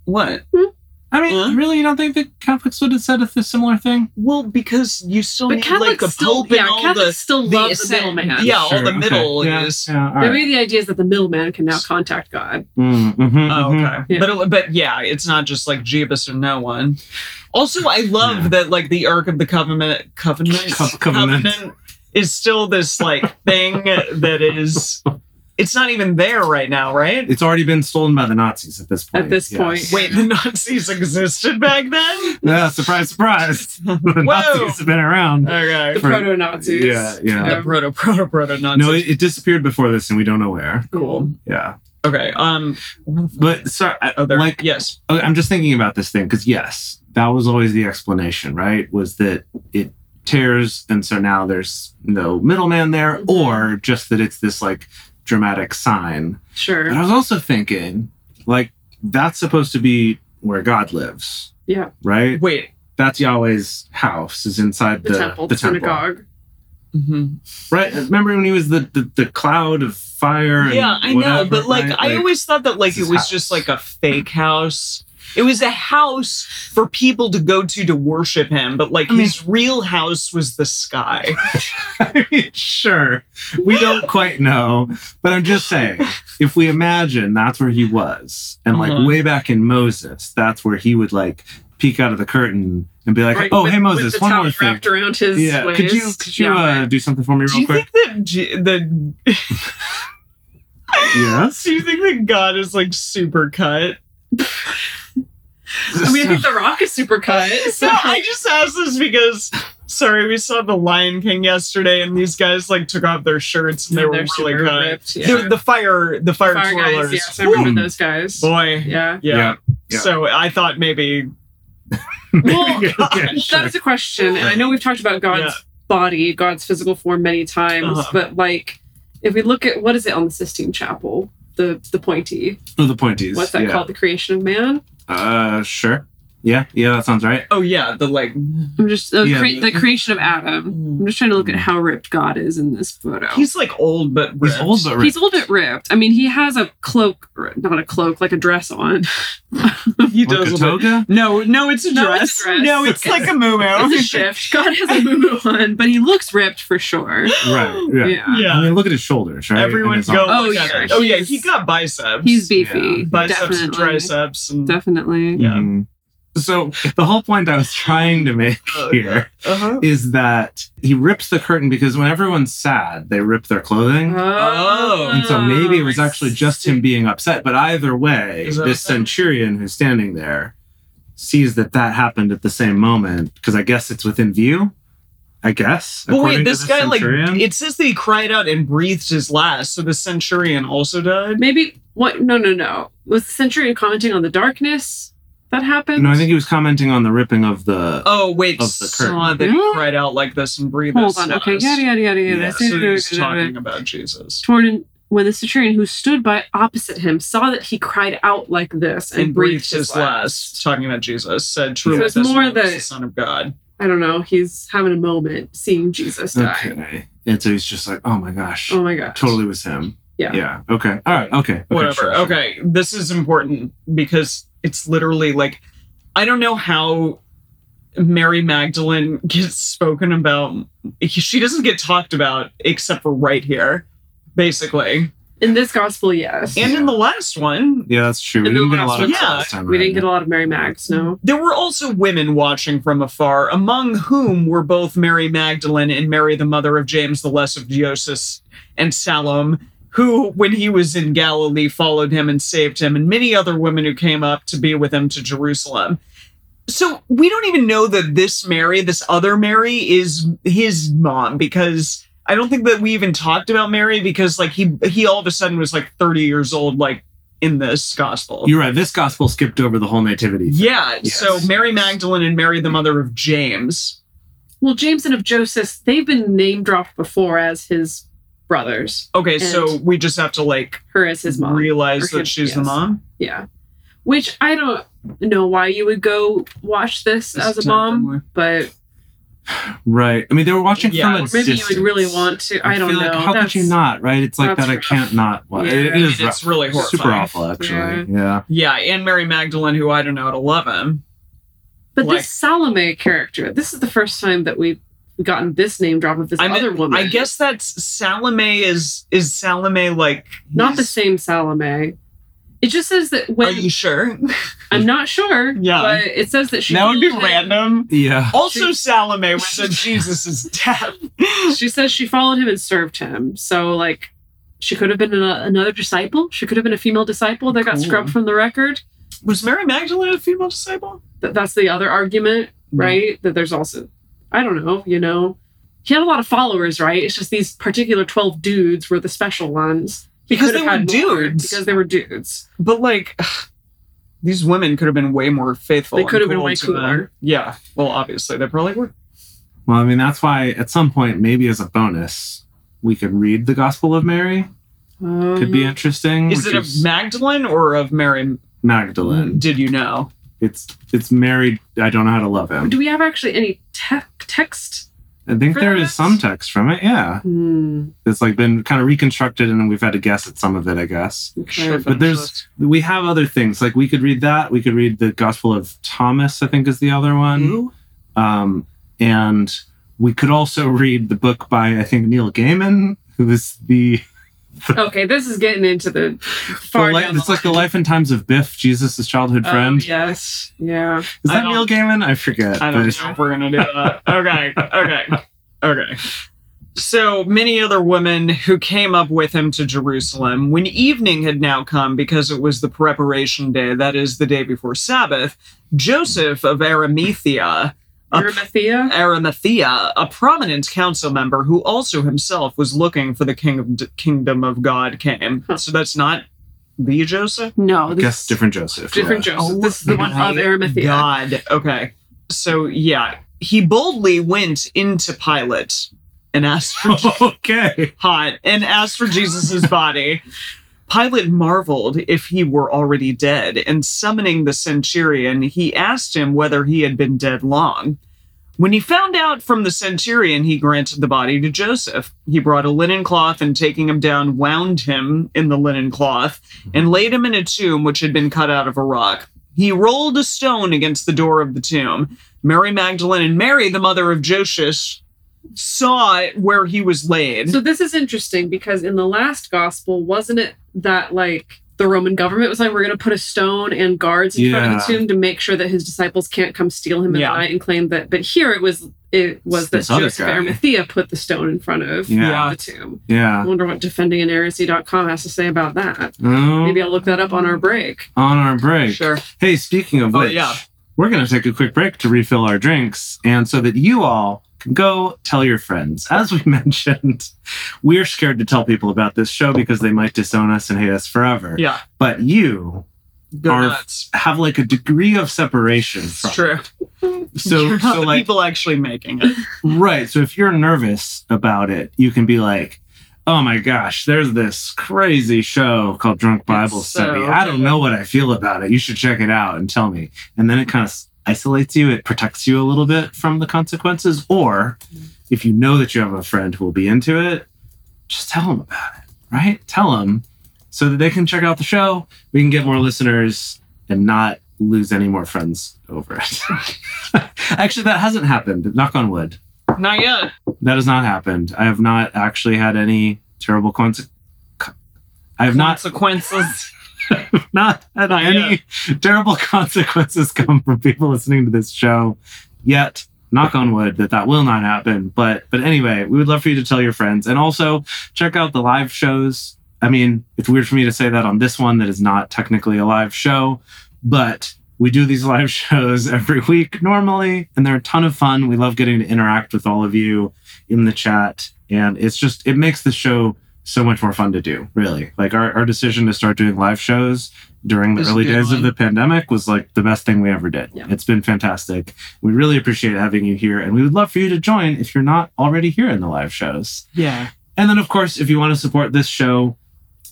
What?
I mean,
Huh?
really, you don't think that Catholics would have said a th- similar thing?
Well, because you still
But
need like
Catholics
the
still,
Pope
yeah,
and all
Catholics
the
still
the
love the,
ascent-
middleman.
Yeah, all the middle
yeah,
is-
Yeah, all
Maybe
right.
the idea is that the middleman can now contact God.
Mm, mhm,
Oh,
mhm.
okay.
Yeah.
But it- but yeah, it's not just like Jeebus or no one. Also, I love
Yeah.
that like the Ark of the Covenant Covenant
Co- covenant.
is still this like thing that is it's not even there right now, right?
It's already been stolen by the Nazis at this point.
At this
yes.
point.
Wait, the Nazis existed back then?
Yeah, surprise, surprise.
*laughs*
the Nazis have been around.
The
Okay.
For-
proto Nazis.
Yeah, yeah.
The proto proto proto Uh, Nazis.
No, it, it disappeared before this, and we don't know where.
cool.
Yeah,
Okay. Um where the fuck-
but sorry, I,
oh, there.
like
yes.
I- I'm just thinking about this thing because yes, that was always the explanation, right? Was that it tears, and so now there's no middleman there,
Mm-hmm.
Mhm.
or just that it's this like dramatic sign. But I
Sure.
was also thinking, like that's supposed to be where God lives,
Yeah.
right?
Wait.
That's Yahweh's house is inside
The,
the,
temple,
the
the
temple.
synagogue.
Mhm.
right? Remember when he was the the, the cloud of fire? And
Yeah, I know,
whatever,
but like,
right?
I always thought that like
this
it
is
was
house.
just like a fake house. It was a house for people to go to to worship him, but like
I mean-
his real house was the sky.
I mean, *laughs* sure, we don't quite know, but I'm just saying, if we imagine that's where he was, and like
Uh-huh.
way back in Moses, that's where he would like peek out of the curtain and be like,
Right,
"Oh,
with-
hey
with
Moses,
the
one
towel
more thing."
wrapped around his
Yeah,
waist.
could you could you
Yeah.
uh, do something for me
Do
real
you
quick?
think that G- the
*laughs* yes.
do you think that God is like super cut?
I
*laughs*
mean, I think the rock is super cut.
*laughs*
So *laughs*
No, I just asked this because sorry, we saw the Lion King yesterday, and these guys like took off their shirts and they
And
were
they're
really
super
cut.
ripped, yeah.
They're- The fire, the fire,
fire
twirlers,
guys, yes, I remember
Woo.
those guys.
boy.
Yeah.
Yeah.
Yeah, yeah.
So I thought maybe
*laughs*
Well, uh,
Okay, sure.
that is a question, and I know we've talked about God's
Yeah.
body, God's physical form many times,
Uh-huh.
but like if we look at what is it on the Sistine Chapel, the the pointy,
Oh, the point is,
what's that
yeah.
called, the creation of man?
Uh, sure. Yeah, yeah, that sounds right.
oh yeah, the like
I'm just the,
Yeah.
crea- the creation of Adam. I'm just trying to look at how ripped God is in this photo.
he's like old but ripped.
He's old but
He's old but ripped. I mean, he has a cloak, not a cloak, like a dress on. *laughs*
*laughs* He
Like
does
a
look like-
toga?
No, no, it's a
No,
dress.
it's a dress.
No, it's like a muumuu.
It's a shift. God has a muumuu on, but he looks ripped for sure.
Right. Yeah.
Yeah.
*laughs*
I
Yeah,
mean, look at his shoulders, right?
everyone's
And his
go.
arms.
Oh,
look
yeah,
at it. oh yeah,
he's-
he got biceps.
He's beefy.
Yeah.
biceps
Definitely.
and triceps and
Definitely.
Yeah.
Mhm. So the whole point I was trying to
*laughs*
make here
Uh-huh.
is that he rips the curtain because when everyone's sad, they rip their clothing.
Oh.
And so maybe it was actually just him being upset. But either way,
Is that
this
okay?
centurion who's standing there sees that that happened at the same moment because I guess it's within view. I guess.
But
according
wait,
to
this
the
guy
centurion.
like it says that he cried out and breathed his last, so the centurion also died.
Maybe what? No, no, no. Was the centurion commenting on the darkness that happened?
No, I think he was commenting on the ripping of the.
Oh wait,
Of the
saw
curtain.
that he
Really?
cried out like this and breathed
Hold
his
on.
last.
Okay. Yada yada yada yada.
Yeah,
So he's talking
about.
about Jesus.
Torn in, when the centurion who stood by opposite him saw that he cried out like this and,
And breathed his
last.
last, talking about Jesus, said, "Truly,
So it's
this
more
one is
that-
the Son of God."
I don't know. He's having a moment seeing Jesus die.
okay. And so he's just like, oh my gosh.
Oh my gosh.
Totally was him.
Yeah.
Yeah. Okay. All right. Okay. okay,
whatever.
sure, sure.
Okay, this is important because it's literally like I don't know how Mary Magdalene gets spoken about. She doesn't get talked about except for right here, basically,
In this gospel, yes.
and in the last one.
Yeah, that's true. We
And the
didn't get a
last
lot of
one-
yeah,
Yeah,
last time.
we didn't
around.
get a lot of Mary Mags, no.
There were also women watching from afar, among whom were both Mary Magdalene and Mary, the mother of James the Less of Dionysus and Salome, who, when he was in Galilee, followed him and saved him, and many other women who came up to be with him to Jerusalem. so we don't even know that this Mary, this other Mary, is his mom because I don't think that we even talked about Mary because like he he all of a sudden was like 30 years old, like in this gospel.
You're right. This gospel skipped over the whole nativity.
yeah.
Yes.
So Mary Magdalene and Mary, the mother of James.
Well, James and of Joseph, they've been name dropped before as his brothers,
Okay, so
And-
we just have to like
her as his mom.
realize
Or him,
that she's the
yes.
mom.
Yeah. Which I don't know why you would go watch this
That's
as a
definitely-
mom, but
Right. I mean, they were watching
Yeah,
from a
or
maybe
distance.
you would really want to. I, don't
feel
know.
Like, how could you
That's-
not? Right? It's like
that's
that. I
rough.
can't not. Watch.
Yeah.
It, it is
It's
rough.
really horrifying.
super awful, actually. Yeah.
Yeah, and Mary Magdalene, who I don't know at eleven.
But
Like-
this Salome character, this is the first time that we've gotten this name drop of this
I mean,
other woman.
I guess that's Salome is is Salome like
not the
he's-
same Salome. It just says that
Are
when
you sure?
I'm not sure,
Yeah.
but it says that *laughs* she
That would be
followed him-
random.
Yeah.
Also,
She-
Salome was at Jesus' death.
*laughs* She says she followed him and served him. So like, she could have been an, another disciple. She could have been a female disciple that got
Cool.
scrubbed from the record.
Was Mary Magdalene a female disciple?
That that's the other argument,
Mm-hmm.
right? That there's also, I don't know, you know, he had a lot of followers, right? It's just these particular twelve dudes were the special ones. He
Because
could
they
have
were
had more,
dudes.
Because they were dudes.
But like, *sighs* ugh, these women could have been way more faithful.
They
and
could have been
cool
way
to them.
cooler.
Yeah. Well, obviously they probably were.
Well, I mean, that's why at some point, maybe as a bonus, we could read the Gospel of Mary. Could be
Um,
interesting.
Is
which
it of Magdalene or of Mary?
Magdalene?
Did you know?
It's it's Mary. I don't know how to love him.
Um, Do we have actually any te- text?
I think there
Friends?
is some text from it. Yeah, *laughs*
Hmm.
it's like been kind of reconstructed, and we've had to guess at some of it. I guess
Okay.
But there's- we have other things like we could read that. We could read the Gospel of Thomas. I think is the other one.
Who?
Um, and we could also *laughs* read the book by I think Neil Gaiman, who is the,
Okay, this is getting into the
the
far
li-
down the
it's like the
line.
life and times of Biff, Jesus' childhood
Oh,
friend.
yes, yeah.
Is
I
that
don't-
Neil Gaiman? I forget.
I don't
but-
know if we're gonna do that. Okay, okay, okay. So many other women who came up with him to Jerusalem when evening had now come because it was the preparation day, that is the day before Sabbath. Joseph of Arimathea, Uh,
Arimathea.
Arimathea, a prominent council member who also himself was looking for the king of kingdom of God, came.
Huh.
So that's not the Joseph.
No,
I
this
guess
is
different Joseph.
different
yeah.
Joseph. Oh, This is the one
my
of Arimathea.
God. Okay. So yeah, he boldly went into Pilate and asked for
*laughs* okay.
hot and asked for Jesus's body. Pilate marveled if he were already dead, and summoning the centurion, he asked him whether he had been dead long. When he found out from the centurion, he granted the body to Joseph. He brought a linen cloth and taking him down, wound him in the linen cloth and laid him in a tomb which had been cut out of a rock. He rolled a stone against the door of the tomb. Mary Magdalene and Mary, the mother of Joseph, saw where he was laid.
So this is interesting because in the last gospel, wasn't it that like the Roman government was like, we're going to put a stone and guards in front of the
Yeah.
tomb to make sure that his disciples can't come steal him in
Yeah.
the night and claim that. But here it was it was
It's
that
this other
Joseph
guy.
Arimathea put the stone in front of
Yeah.
the tomb. I
Yeah.
wonder what defendinginairacy.com has to say about that.
Oh,
Maybe I'll look that up on our break.
on our break.
Sure.
Hey, speaking of
Oh,
which,
yeah.
we're going to take a quick break to refill our drinks and so that you all can go tell your friends. As we *laughs* mentioned, we're scared to tell people about this show because they might disown us and hate us forever.
Yeah.
But you
Go
Our-
nuts.
have like a degree of separation from
It's true. *laughs*
so
You're not
so
the
like
people actually making it.
right so if you're nervous about it you can be like oh my gosh there's this crazy show called drunk bible
It's so
study i don't
good."
know what i feel about it you should check it out and tell me and then it kind of isolates you it protects you a little bit from the consequences or if you know that you have a friend who will be into it just tell them about it right tell them so that they can check out the show we can get more listeners and not lose any more friends over it *laughs* actually that hasn't happened knock on wood
Not yet.
that has not happened. I have not actually had any terrible consequences. I
*laughs*
have not
Consequences.
not had any *laughs* terrible consequences come from people listening to this show yet. Knock on wood that that will not happen. But but anyway, we would love for you to tell your friends and also check out the live shows. I mean, it's weird for me to say that on this one that is not technically a live show, but we do these live *laughs* shows every week normally, and they're a ton of fun. We love getting to interact with all of you in the chat, and it's just it makes the show so much more fun to do, really. Like our, our decision to start doing live shows during the
It's a
early
good
days of
one.
the pandemic was like the best thing we ever did.
Yeah.
It's been fantastic. We really appreciate having you here and we would love for you to join if you're not already here in the live shows.
Yeah.
And then of course, if you want to support this show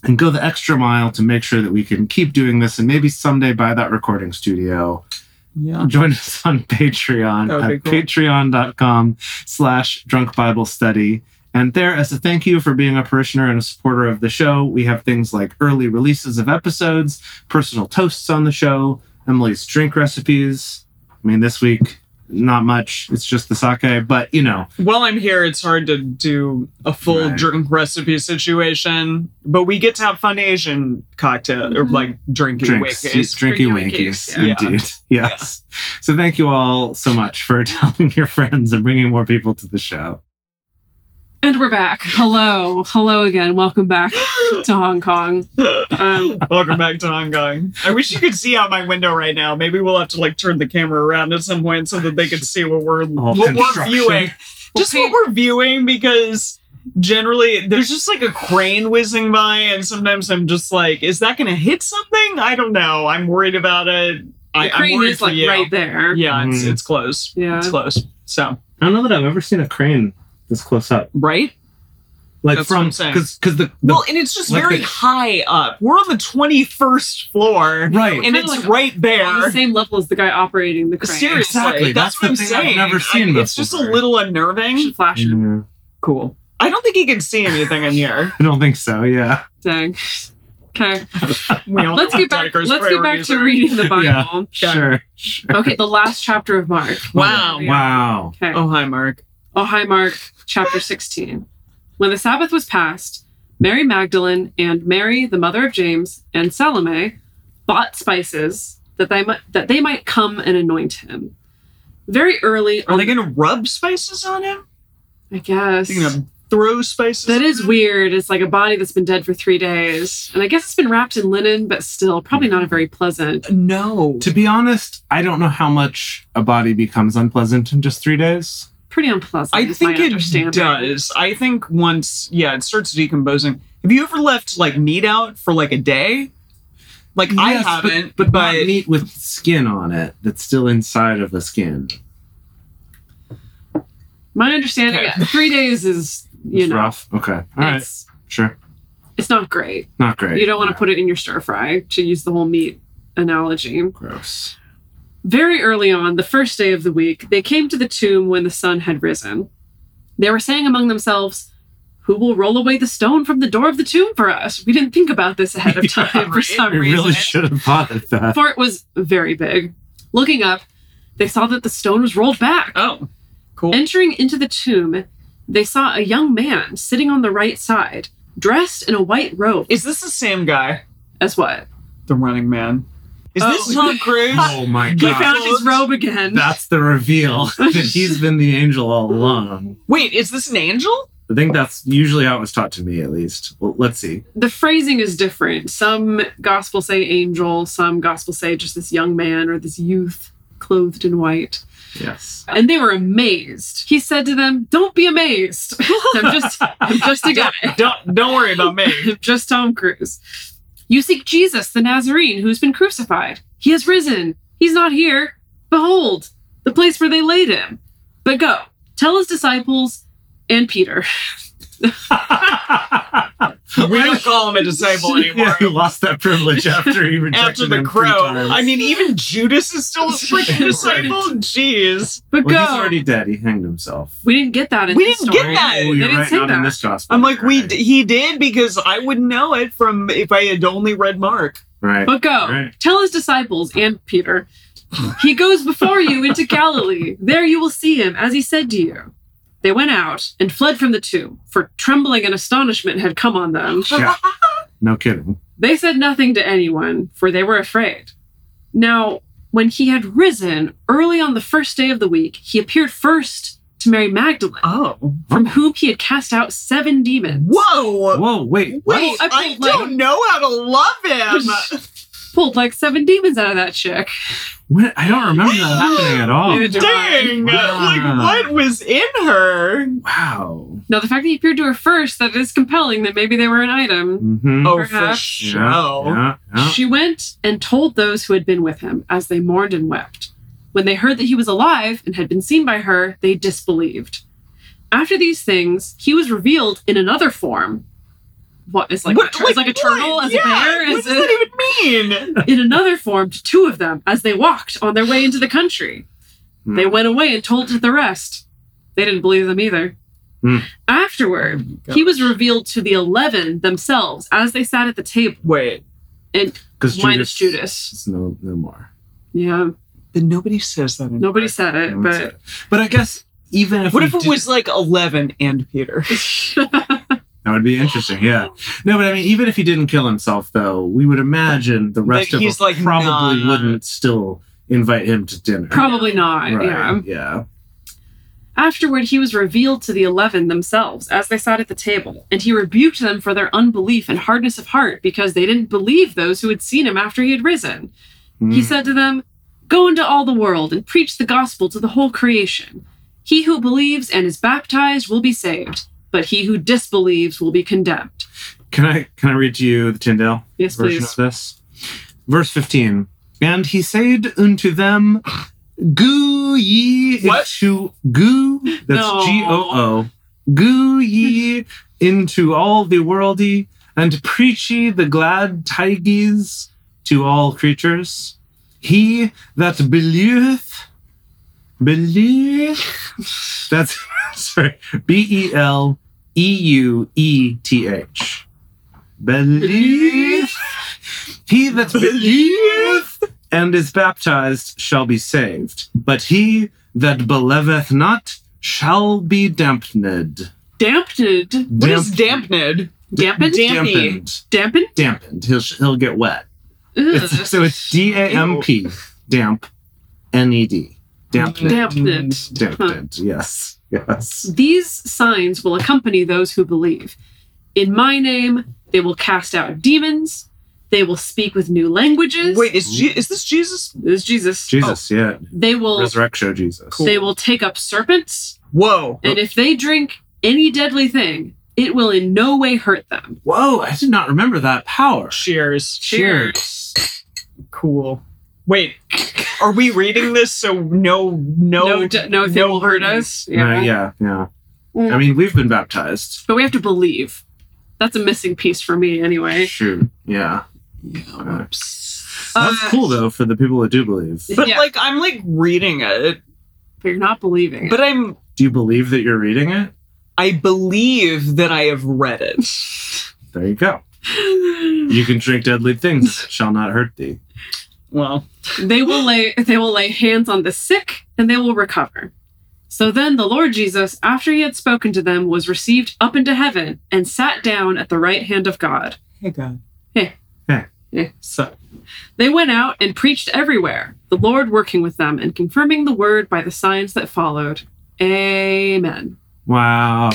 and go the extra mile to make sure that we can keep doing this and maybe someday buy that recording studio, *laughs*
Yeah.
join us on patreon
That would
at
be cool.
patreon.com slash drunk bible study and there as a thank you for being a parishioner and a supporter of the show we have things like early releases of episodes personal toasts on the show emily's drink recipes i mean this week not much it's just the sake but you know
While I'm here, it's hard to do a full
Right.
drink recipe situation, but we get to have fun Asian cocktail or like drinky
drinks
winkies.
drinky
Drinky winkies,
winkies
yeah.
indeed yes so thank you all so much for *laughs* telling your friends and bringing more people to the show
And we're back. Hello. Hello again.
*laughs*
Welcome back to Hong Kong. Um,
Welcome back to Hong Kong. I wish you could see out my window right now. Maybe we'll have to like turn the camera around at some point so that they can see what we're
All
what we're
Oh, construction.
viewing. Just what we're viewing because generally there's just like a crane whizzing by and sometimes I'm just like, is that gonna hit something? I don't know. I'm worried about it. I,
the
I'm
crane
worried
is
for
like
you.
right there.
Yeah, it's
Mhm.
it's close.
Yeah.
It's close. So
i don't know that i've ever seen a crane this close up
right?
like
That's what
from
I'm saying.
because because the, the *laughs*
well, and it's just
like
very
the-
high up. We're on the twenty first floor.
right
And
Kinda
it's
like
right there.
On the same level as the guy operating the crane.
Seriously,
Exactly.
That's,
That's
what I'm
the thing I've
saying.
never seen
I- It's just a
before.
little
I
unnerving.
should flash it.
Yeah.
Cool. I don't think he can see anything in here.
I don't think so. Yeah.
Dang. Okay.
We all
Let's
know
get
how
back.
Dedeker's
Let's get back
priorities
to
are.
reading the Bible.
Yeah. Sure. Sure.
Okay, the last chapter of Mark.
Wow.
Yeah.
Wow.
Okay.
Oh, hi, Mark.
Oh, hi, Mark, chapter 16. When the Sabbath was passed, Mary Magdalene and Mary, the mother of James, and Salome bought spices that they might, that they might come and anoint him. Very early
Are
on,
they going to rub spices on him?
I guess.
Are they going to throw spices?
That
on
is
him?
weird. It's like a body that's been dead for three days. And I guess it's been wrapped in linen, but still, probably not a very pleasant.
No.
To be honest, I don't know how much a body becomes unpleasant in just three days.
Pretty unpleasant.
I
is
think
my
it
understanding.
does. I think once, yeah, it starts decomposing. Have you ever left like meat out for like a day? Like I
Yes, but-
haven't,
but, not meat with skin on it that's still inside of the skin.
My understanding,
Okay.
three days is, you
it's
know,
rough. Okay. All right.
it's,
Sure.
it's not great.
Not great.
You don't want to put it in your stir fry to use the whole meat analogy.
Gross.
Very early on, the first day of the week, they came to the tomb when the sun had risen. They were saying among themselves, Who will roll away the stone from the door of the tomb for us? We didn't think about this ahead of time for
right.
some
We
reason.
really should have bothered that.
for it was very big. Looking up, they saw that the stone was rolled back.
Oh, cool.
Entering into the tomb, they saw a young man sitting on the right side, dressed in a white robe.
is this the same guy?
As what?
The Running Man. Is
Oh.
this Tom Cruise?
Oh my
He
god.
found his robe again.
That's the reveal *laughs* that he's been the angel all along.
Wait, is this an angel?
I think that's usually how it was taught to me, at least. Well, let's see.
the phrasing is different. Some gospel say angel, some gospel say just this young man or this youth clothed in white.
*laughs* Yes.
And they were amazed. He said to them, Don't be amazed. *laughs* I'm just I'm just a guy.
Don't don't worry about
*laughs*
me.
I'm *coughs* just Tom Cruise. You seek Jesus, the Nazarene, who's been crucified. He has risen. He's not here. Behold, the place where they laid him. But go, tell his disciples and Peter.
We don't call him a disciple *laughs* anymore.
Yeah, he lost that privilege after
*laughs*
he rejected
After the
him three
crow.
times.
I mean, even Judas is *laughs* still a freaking disciple. Jeez.
But
well,
go.
he's already dead. He hanged himself.
we didn't get that in
We
this
didn't get
story.
that.
Oh,
They
you're
didn't
right.
say
Not in
that.
this gospel.
I'm like, we
Right.
he did because I wouldn't know it from if I had only read Mark.
Right.
But go,
Right.
tell his disciples and Peter, he goes before you into Galilee. There you will see him, as he said to you. They went out and fled from the tomb, for trembling and astonishment had come on them.
Yeah. No kidding.
They said nothing to anyone, for they were afraid. Now, when he had risen early on the first day of the week, he appeared first to Mary Magdalene,
Oh.
from whom he had cast out seven demons.
Whoa.
Whoa, wait.
Wait,
Well, I
I
mean,
don't know how to love him.
Pulled like seven demons out of that chick.
What? I don't remember that happening
*laughs*
at all.
*laughs*
Dude.
Dang!
Wow.
Like, what was in her?
Wow.
Now, the fact that he appeared to her first, that is compelling that maybe they were an item.
Mm-hmm.
Oh, for
Perhaps.
sure.
yeah, yeah, yeah.
She went and told those who had been with him as they mourned and wept. When they heard that he was alive and had been seen by her, they disbelieved. After these things, he was revealed in another form. What is like
What-
a tur- is like a turtle
what?
as
yeah,
a bear
What
is
does that even mean?
in another form to two of them as they walked on their way into the country.
Hmm.
They went away and told to the rest. They didn't believe them either.
Hmm.
Afterward, he was revealed to the eleven themselves as they sat at the table.
Wait,
Because
minus Judas.
It's no, no more.
Yeah,
then nobody says that. in-
nobody said
No
it,
one
but
said it. but I guess even if
What
we
if it
did-
was like Eleven and Peter?
*laughs*
that would be interesting. Yeah. No, but I mean, even if he didn't kill himself, though, we would imagine the rest
That
of
he's
us
like,
probably
nah.
wouldn't still invite him to dinner.
Probably not.
Right,
Yeah.
Yeah.
Afterward, he was revealed to the eleven themselves as they sat at the table, and he rebuked them for their unbelief and hardness of heart because they didn't believe those who had seen him after he had risen. He
Mm.
said to them, Go into all the world and preach the gospel to the whole creation. He who believes and is baptized will be saved, but he who disbelieves will be condemned.
Can I can I read to you the Tyndale
Yes,
version
please.
of this? Verse fifteen. And he said unto them, Goo ye
What?
into goo
No.
that's G O O goo ye into all the worldy and preach ye the glad tidings to all creatures. He that believeth believeth that's *laughs* sorry B E L E U E T H. Believe. He that believeth and is baptized shall be saved, but he that believeth not shall be dampened. *laughs*
Dampened.
What is dampened?
Dampened?
Dampy.
Dampened.
Dampened?
Dampened. He'll, he'll get wet.
Ugh.
It's- so it's D A M P. Damp. N E D. Dampened.
Dampened.
Dampened. Yes. Yes.
These signs will accompany those who believe. In my name, they will cast out demons. They will speak with new languages.
Wait, is Je- is this Jesus?
this is Jesus.
Jesus. Yeah.
They will
Resurrection of Jesus.
they will take up serpents,
Whoa!
and if they drink any deadly thing, it will in no way hurt them.
Whoa, I did not remember that power.
Cheers!
Cheers.
Cool. Wait, are we reading this so no no
no, de- no thing
no
will hurt us.
Yeah, yeah, yeah.
Mm.
I mean, we've been baptized.
But we have to believe. That's a missing piece for me, anyway.
Shoot, yeah.
Yeah.
That's
Uh,
cool though for the people that do believe.
But
Yeah.
like I'm like reading it,
But you're not believing.
but I'm
Do you believe that you're reading it?
I believe that I have read it.
There you go.
it.
You can drink deadly things; it shall not hurt thee.
Well,
they will lay they will lay hands on the sick and they will recover so then the lord jesus after he had spoken to them was received up into heaven and sat down at the right hand of god
hey God.
Hey.
Hey.
Yeah.
So
They went out and preached everywhere, the Lord working with them and confirming the word by the signs that followed. Amen.
Wow.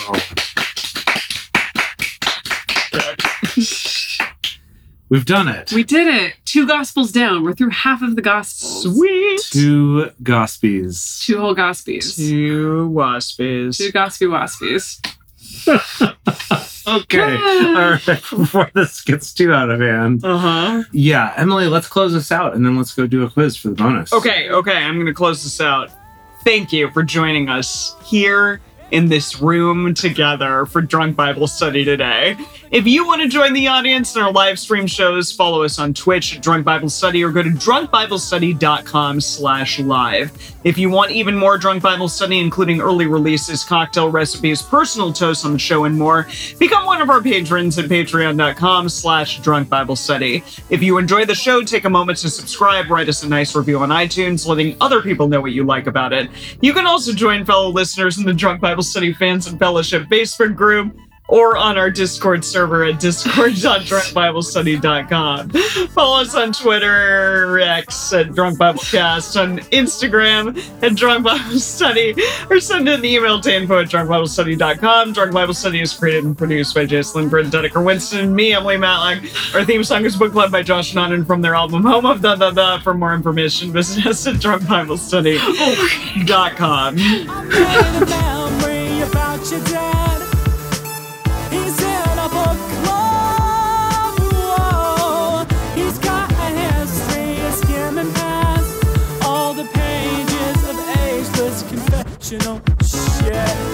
We've done it.
We did it. Two gospels down. We're through half of the gospels.
sweet.
Two Gospies.
Two whole gospies.
Two waspies.
Two gospy waspies.
Okay. *laughs* All right. Before this gets too out of hand.
Uh huh.
Yeah, Emily, let's close this out and then let's go do a quiz for the bonus.
Okay, okay, I'm gonna close this out. Thank you for joining us here in this room together for Drunk Bible Study today. If you want to join the audience in our live stream shows, follow us on Twitch at Drunk Bible Study or go to drunkbiblestudy.com slash live. If you want even more Drunk Bible Study, including early releases, cocktail recipes, personal toasts on the show, and more, become one of our patrons at patreon.com slash drunk Bible study. If you enjoy the show, take a moment to subscribe, write us a nice review on iTunes, letting other people know what you like about it. You can also join fellow listeners in the Drunk Bible Study Fans and Fellowship Facebook group or on our Discord server at discord.drunkbiblestudy.com. Follow us on Twitter, X at Drunk Biblecast, on Instagram at Drunk Bible Study, or send an email to info at drunkbiblestudy.com. Drunk Bible Study is created and produced by Jason Lindgren, Dedeker Winston, and me, Emily Matlock. Our theme song is Book Club by Josh Nonan from their album Home of Da Da Da. For more information, visit us at drunkbiblestudy.com.
I made a memory about your dad. He's in a book club. Whoa. He's got a history of skimming past all the pages of ageless confessional shit.